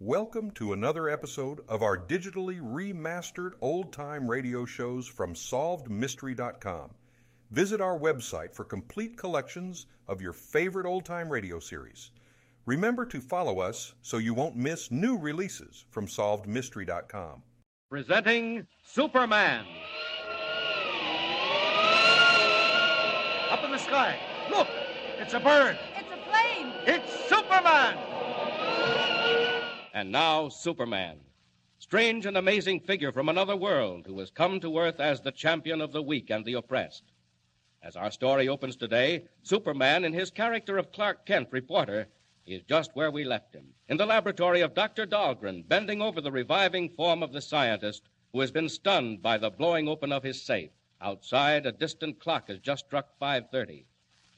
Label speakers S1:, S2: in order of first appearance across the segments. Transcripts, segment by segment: S1: Welcome to another episode of our digitally remastered old time radio shows from SolvedMystery.com. Visit our website for complete collections of your favorite old time radio series. Remember to follow us so you won't miss new releases from SolvedMystery.com.
S2: presenting Superman. Up in the sky, look, it's a bird.
S3: It's a plane.
S2: It's Superman. And now, Superman. Strange and amazing figure from another world who has come to Earth as the champion of the weak and the oppressed. As our story opens today, Superman, in his character of Clark Kent, reporter, is just where we left him in the laboratory of Dr. Dahlgren, bending over the reviving form of the scientist who has been stunned by the blowing open of his safe. Outside, a distant clock has just struck 5:30.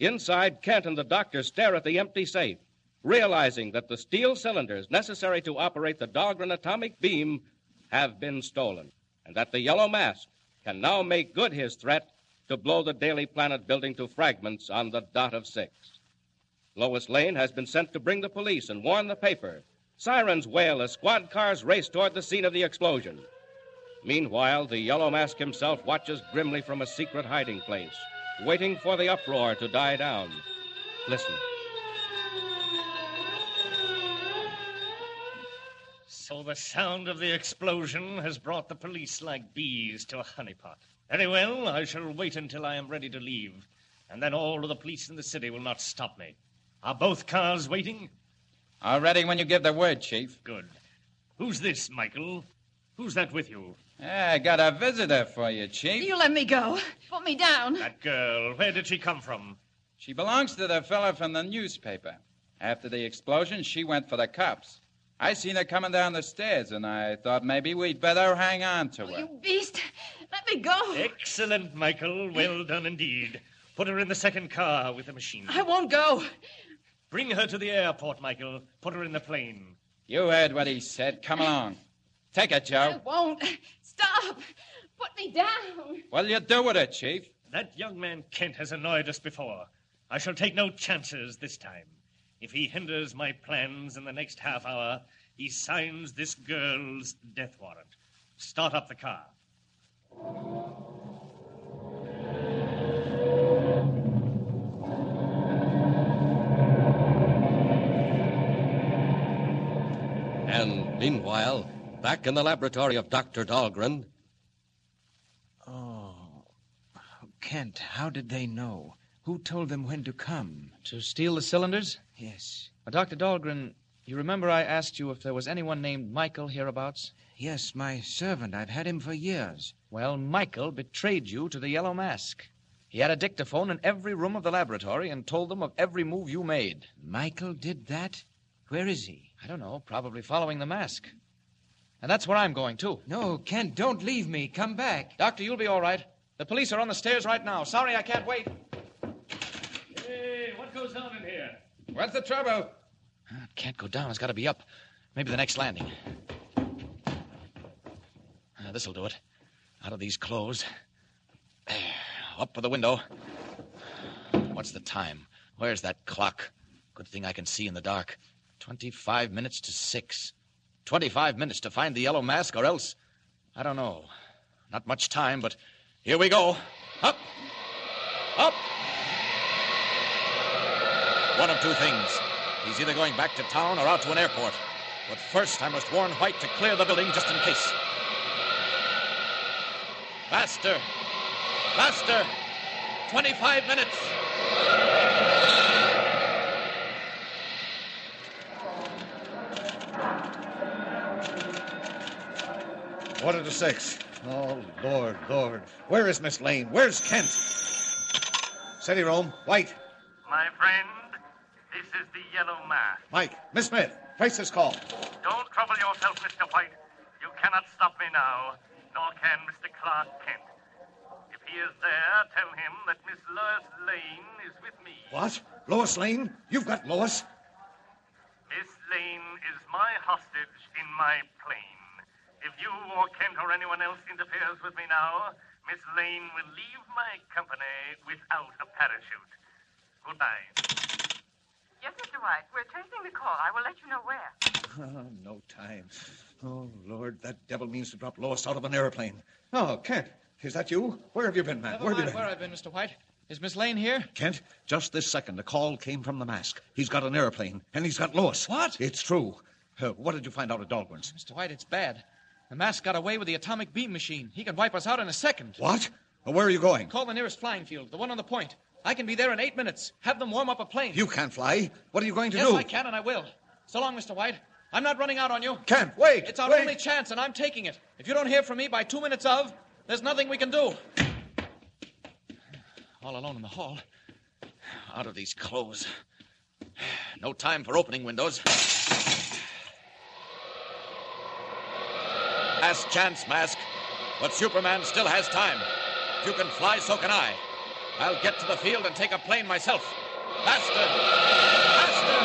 S2: Inside, Kent and the doctor stare at the empty safe, realizing that the steel cylinders necessary to operate the Dahlgren atomic beam have been stolen, and that the yellow mask can now make good his threat to blow the Daily Planet building to fragments on the dot of six. Lois Lane has been sent to bring the police and warn the paper. Sirens wail as squad cars race toward the scene of the explosion. Meanwhile, the Yellow Mask himself watches grimly from a secret hiding place, waiting for the uproar to die down. Listen.
S4: So the sound of the explosion has brought the police like bees to a honeypot. Very well, I shall wait until I am ready to leave, and then all of the police in the city will not stop me. Are both cars waiting?
S5: All ready when you give the word, Chief.
S4: Good. Who's this, Michael? Who's that with you?
S5: I got a visitor for you, Chief.
S3: You let me go. Put me down.
S4: That girl, where did she come from?
S5: She belongs to the fella from the newspaper. After the explosion, she went for the cops. I seen her coming down the stairs, and I thought maybe we'd better hang on to her.
S3: You beast. Let me go.
S4: Excellent, Michael. Well done indeed. Put her in the second car with the machine.
S3: I won't go.
S4: Bring her to the airport, Michael. Put her in the plane.
S5: You heard what he said. Come along. Take her,
S3: I
S5: Joe.
S3: won't. Stop. Put me down.
S5: What'll you do with her, Chief?
S4: That young man Kent has annoyed us before. I shall take no chances this time. If he hinders my plans in the next half hour, he signs this girl's death warrant. Start up the car.
S2: And meanwhile, back in the laboratory of Dr. Dahlgren,
S6: Oh. Kent, how did they know? Who told them when to come?
S7: To steal the cylinders?
S6: Yes.
S7: Uh, Dr. Dahlgren, you remember I asked you if there was anyone named Michael hereabouts?
S6: Yes, my servant. I've had him for years.
S7: Well, Michael betrayed you to the Yellow Mask. He had a dictaphone in every room of the laboratory and told them of every move you made.
S6: Michael did that? Where is he?
S7: I don't know, probably following the mask. And that's where I'm going, too.
S6: No, Kent, don't leave me. Come back.
S7: Doctor, you'll be all right. The police are on the stairs right now. Sorry, I can't wait.
S4: Hey, what goes on in here?
S5: What's the trouble?
S7: Uh, it can't go down. It's got to be up. Maybe the next landing. Uh, this'll do it. Out of these clothes. There. Up for the window. What's the time? Where's that clock? Good thing I can see in the dark. Twenty-five minutes to six. Twenty-five minutes to find the yellow mask, or else. I don't know. Not much time, but here we go. Up! Up! One of two things. He's either going back to town or out to an airport. But first, I must warn White to clear the building just in case. Faster! Faster! 25 minutes!
S8: Quarter to six. Oh, Lord, Lord. Where is Miss Lane? Where's Kent? City Rome, White,
S9: My friend, this is the Yellow Mask.
S8: Mike, Miss Smith, trace this call.
S9: Don't trouble yourself, Mr. White. You cannot stop me now, nor can Mr. Clark Kent. If he is there, tell him that Miss Lois Lane is with me.
S8: What? Lois Lane? You've got Lois?
S9: Miss Lane is my hostage in my plane. If you or Kent or anyone else interferes with me now, Miss Lane will leave my company without a parachute. Goodbye.
S10: Yes, Mr. White. We're tracing the call. I will let you know where.
S8: Oh, no time. Oh, Lord, that devil means to drop Lois out of an airplane. Oh, Kent, is that you? Where have you been, man?
S11: Never
S8: Where have you
S11: mind
S8: been?
S11: where I've been, Mr. White. Is Miss Lane here?
S8: Kent, just this second, a call came from the mask. He's got an airplane, and he's got Lois. What? It's true. Uh, what did you find out at Dahlgren's?
S11: Mr. White, it's bad. The mask got away with the atomic beam machine. He can wipe us out in a second.
S8: What? Uh, Where are you going?
S11: Call the nearest flying field, the one on the point. I can be there in eight minutes. Have them warm up a plane.
S8: You can't fly. What are you going to
S11: yes,
S8: do?
S11: I can and I will. So long, Mr. White. I'm not running out on you.
S8: Kent, wait.
S11: It's our
S8: wait.
S11: only chance, and I'm taking it. If you don't hear from me by two minutes of, there's nothing we can do.
S7: All alone in the hall. Out of these clothes. No time for opening windows. Last chance, Mask. But Superman still has time. If you can fly, so can I. I'll get to the field and take a plane myself. Faster! Faster!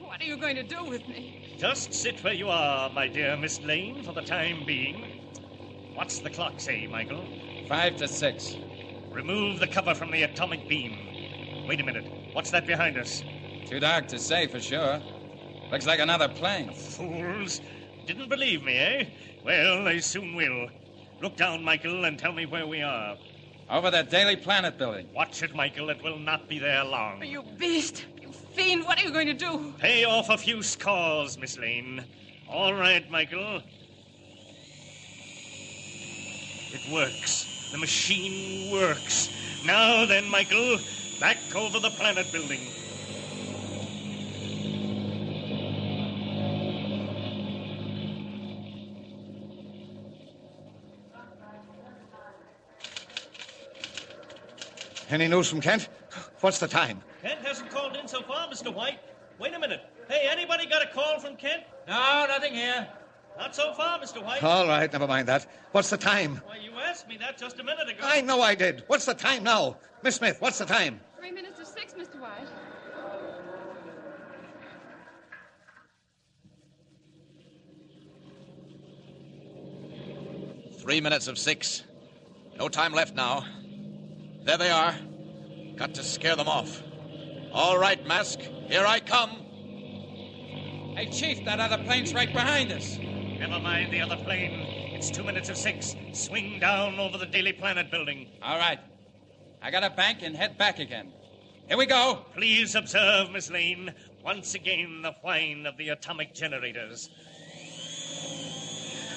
S3: What are you going to do with me?
S4: Just sit where you are, my dear Miss Lane, for the time being. What's the clock say, Michael?
S5: Five to six.
S4: Remove the cover from the atomic beam. Wait a minute. What's that behind us?
S5: Too dark to say for sure. Looks like another plane.
S4: Fools. Didn't believe me, eh? Well, they soon will. Look down, Michael, and tell me where we are.
S5: Over the Daily Planet building.
S4: Watch it, Michael. It will not be there long.
S3: You beast! You fiend! What are you going to do?
S4: Pay off a few scores, Miss Lane. All right, Michael. It works. The machine works. Now then, Michael, back over the planet building.
S8: Any news from Kent? What's the time?
S4: Kent hasn't called in so far, Mr. White. Wait a minute. Hey, anybody got a call from Kent?
S11: No, nothing here.
S4: Not so far, Mr. White.
S8: All right, never mind that. What's the time?
S4: Why, you asked me that just a minute ago.
S8: I know I did. What's the time now? Miss Smith, what's the time?
S3: Three minutes to six, Mr. White.
S7: Three minutes of six. No time left now. There they are. Got to scare them off. All right, Mask. Here I come.
S5: Hey, Chief, that other plane's right behind us.
S4: Never mind the other plane. It's two minutes of six. Swing down over the Daily Planet building.
S5: All right. I gotta bank and head back again. Here we go.
S4: Please observe, Miss Lane, once again the whine of the atomic generators.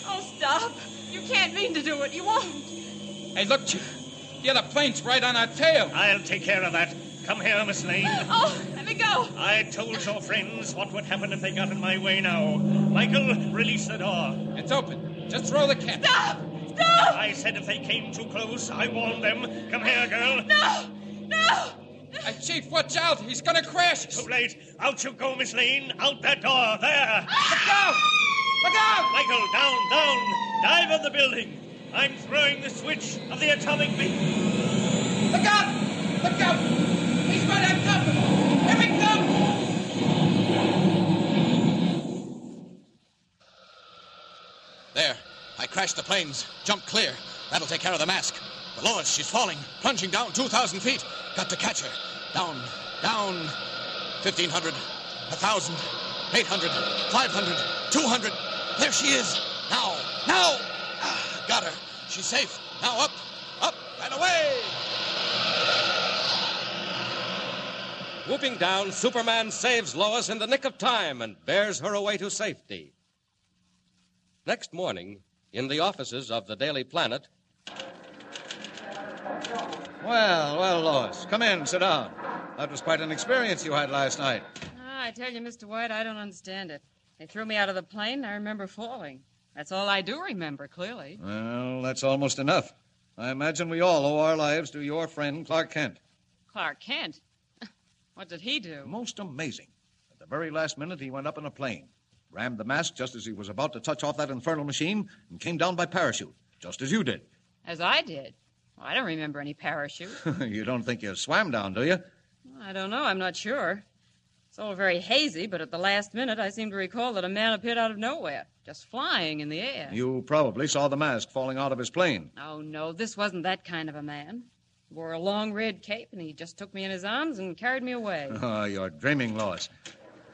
S3: Oh, stop! You can't mean to do it. You won't.
S5: Hey, look, Chief. The other plane's right on our tail.
S4: I'll take care of that. Come here, Miss Lane.
S3: Oh, let me go.
S4: I told your friends what would happen if they got in my way now. Michael, release the door.
S5: It's open. Just throw the cat.
S3: Stop! Stop!
S4: I said if they came too close, I warned them. Come here, girl.
S3: No! No!
S5: Hey, Chief, watch out. He's gonna crash us.
S4: Too late. Out you go, Miss Lane. Out that door. There.
S5: Look out! Look out!
S4: Michael, down, down. Dive on the building. I'm throwing the switch of the atomic beam.
S5: Look out! Look out! He's right on top of us. Here we come!
S7: There. I crashed the planes. Jump clear. That'll take care of the mask. But Lois, she's falling, plunging down 2,000 feet. Got to catch her. Down, down. 1,500, 1,000, 800, 500, 200. There she is. Now, now. Ah, got her. She's safe. Now up, up, and away.
S2: Whooping down, Superman saves Lois in the nick of time and bears her away to safety. Next morning, in the offices of the Daily Planet,
S8: Well, well, Lois, come in, sit down. That was quite an experience you had last night.
S12: Ah, I tell you, Mr. White, I don't understand it. They threw me out of the plane, and I remember falling. That's all I do remember, clearly.
S8: Well, that's almost enough. I imagine we all owe our lives to your friend Clark Kent.
S12: Clark Kent. what did he do?
S8: Most amazing. At the very last minute, he went up in a plane, rammed the mask just as he was about to touch off that infernal machine, and came down by parachute, just as you did.
S12: As I did. Well, I don't remember any parachute.
S8: you don't think you swam down, do you?
S12: I don't know. I'm not sure. It's all very hazy, but at the last minute, I seem to recall that a man appeared out of nowhere, just flying in the air.
S8: You probably saw the mask falling out of his plane.
S12: Oh, no, this wasn't that kind of a man. He wore a long red cape, and he just took me in his arms and carried me away.
S8: Oh, you're dreaming, Lois.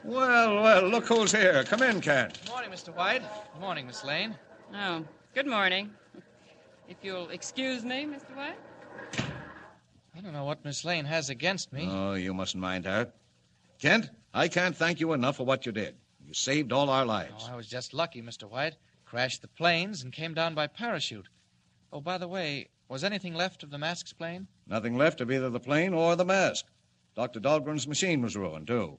S8: Well, well, look who's here. Come in, Cat.
S2: Morning, Mr. White. Morning, Miss Lane.
S12: Oh, good morning. If you'll excuse me, Mr. White.
S2: I don't know what Miss Lane has against me.
S8: Oh, you mustn't mind her. Kent, I can't thank you enough for what you did. You saved all our lives.
S2: Oh, I was just lucky, Mr. White. Crashed the planes and came down by parachute. Oh, by the way, was anything left of the mask's plane?
S8: Nothing left of either the plane or the mask. Dr. Dahlgren's machine was ruined, too.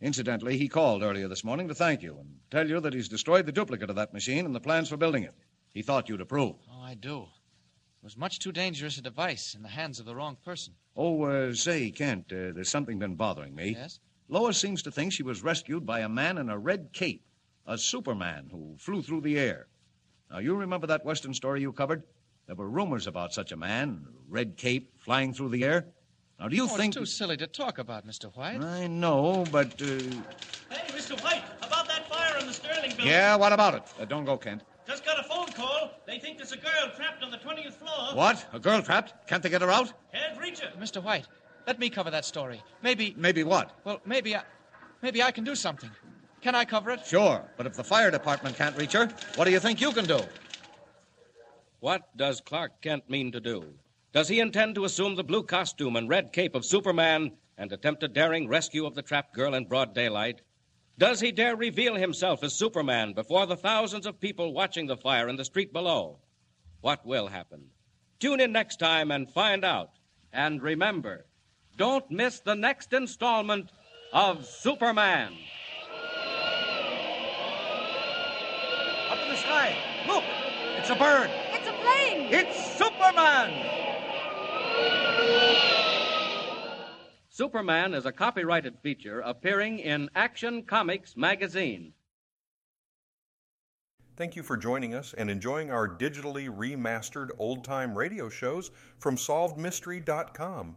S8: Incidentally, he called earlier this morning to thank you and tell you that he's destroyed the duplicate of that machine and the plans for building it. He thought you'd approve.
S2: Oh, I do. It was much too dangerous a device in the hands of the wrong person.
S8: Oh, uh, say, Kent, uh, there's something been bothering me.
S2: Yes?
S8: Lois seems to think she was rescued by a man in a red cape, a Superman who flew through the air. Now, you remember that Western story you covered? There were rumors about such a man, red cape, flying through the air. Now, do you
S2: oh, It's
S8: think.
S2: too silly to talk about, Mr. White.
S8: I know, but. Uh...
S4: Hey, Mr. White, about that fire in the Sterling building.
S8: Yeah, what about it? Uh, don't go, Kent.
S4: Just got a phone call. They think there's a girl trapped on the 20th floor.
S8: What? A girl trapped? Can't they get her out?
S4: Can't reach her.
S2: Mr. White, let me cover that story. Maybe.
S8: Maybe what?
S2: Well, maybe I. Maybe I can do something. Can I cover it?
S8: Sure, but if the fire department can't reach her, what do you think you can do?
S6: What does Clark Kent mean to do? Does he intend to assume the blue costume and red cape of Superman and attempt a daring rescue of the trapped girl in broad daylight? Does he dare reveal himself as Superman before the thousands of people watching the fire in the street below? What will happen? Tune in next time and find out. And remember, don't miss the next installment of Superman.
S4: Up in the sky. Look! It's a bird.
S13: It's a plane.
S4: It's Superman!
S6: Superman is a copyrighted feature appearing in Action Comics magazine.
S1: Thank you for joining us and enjoying our digitally remastered old time radio shows from SolvedMystery.com.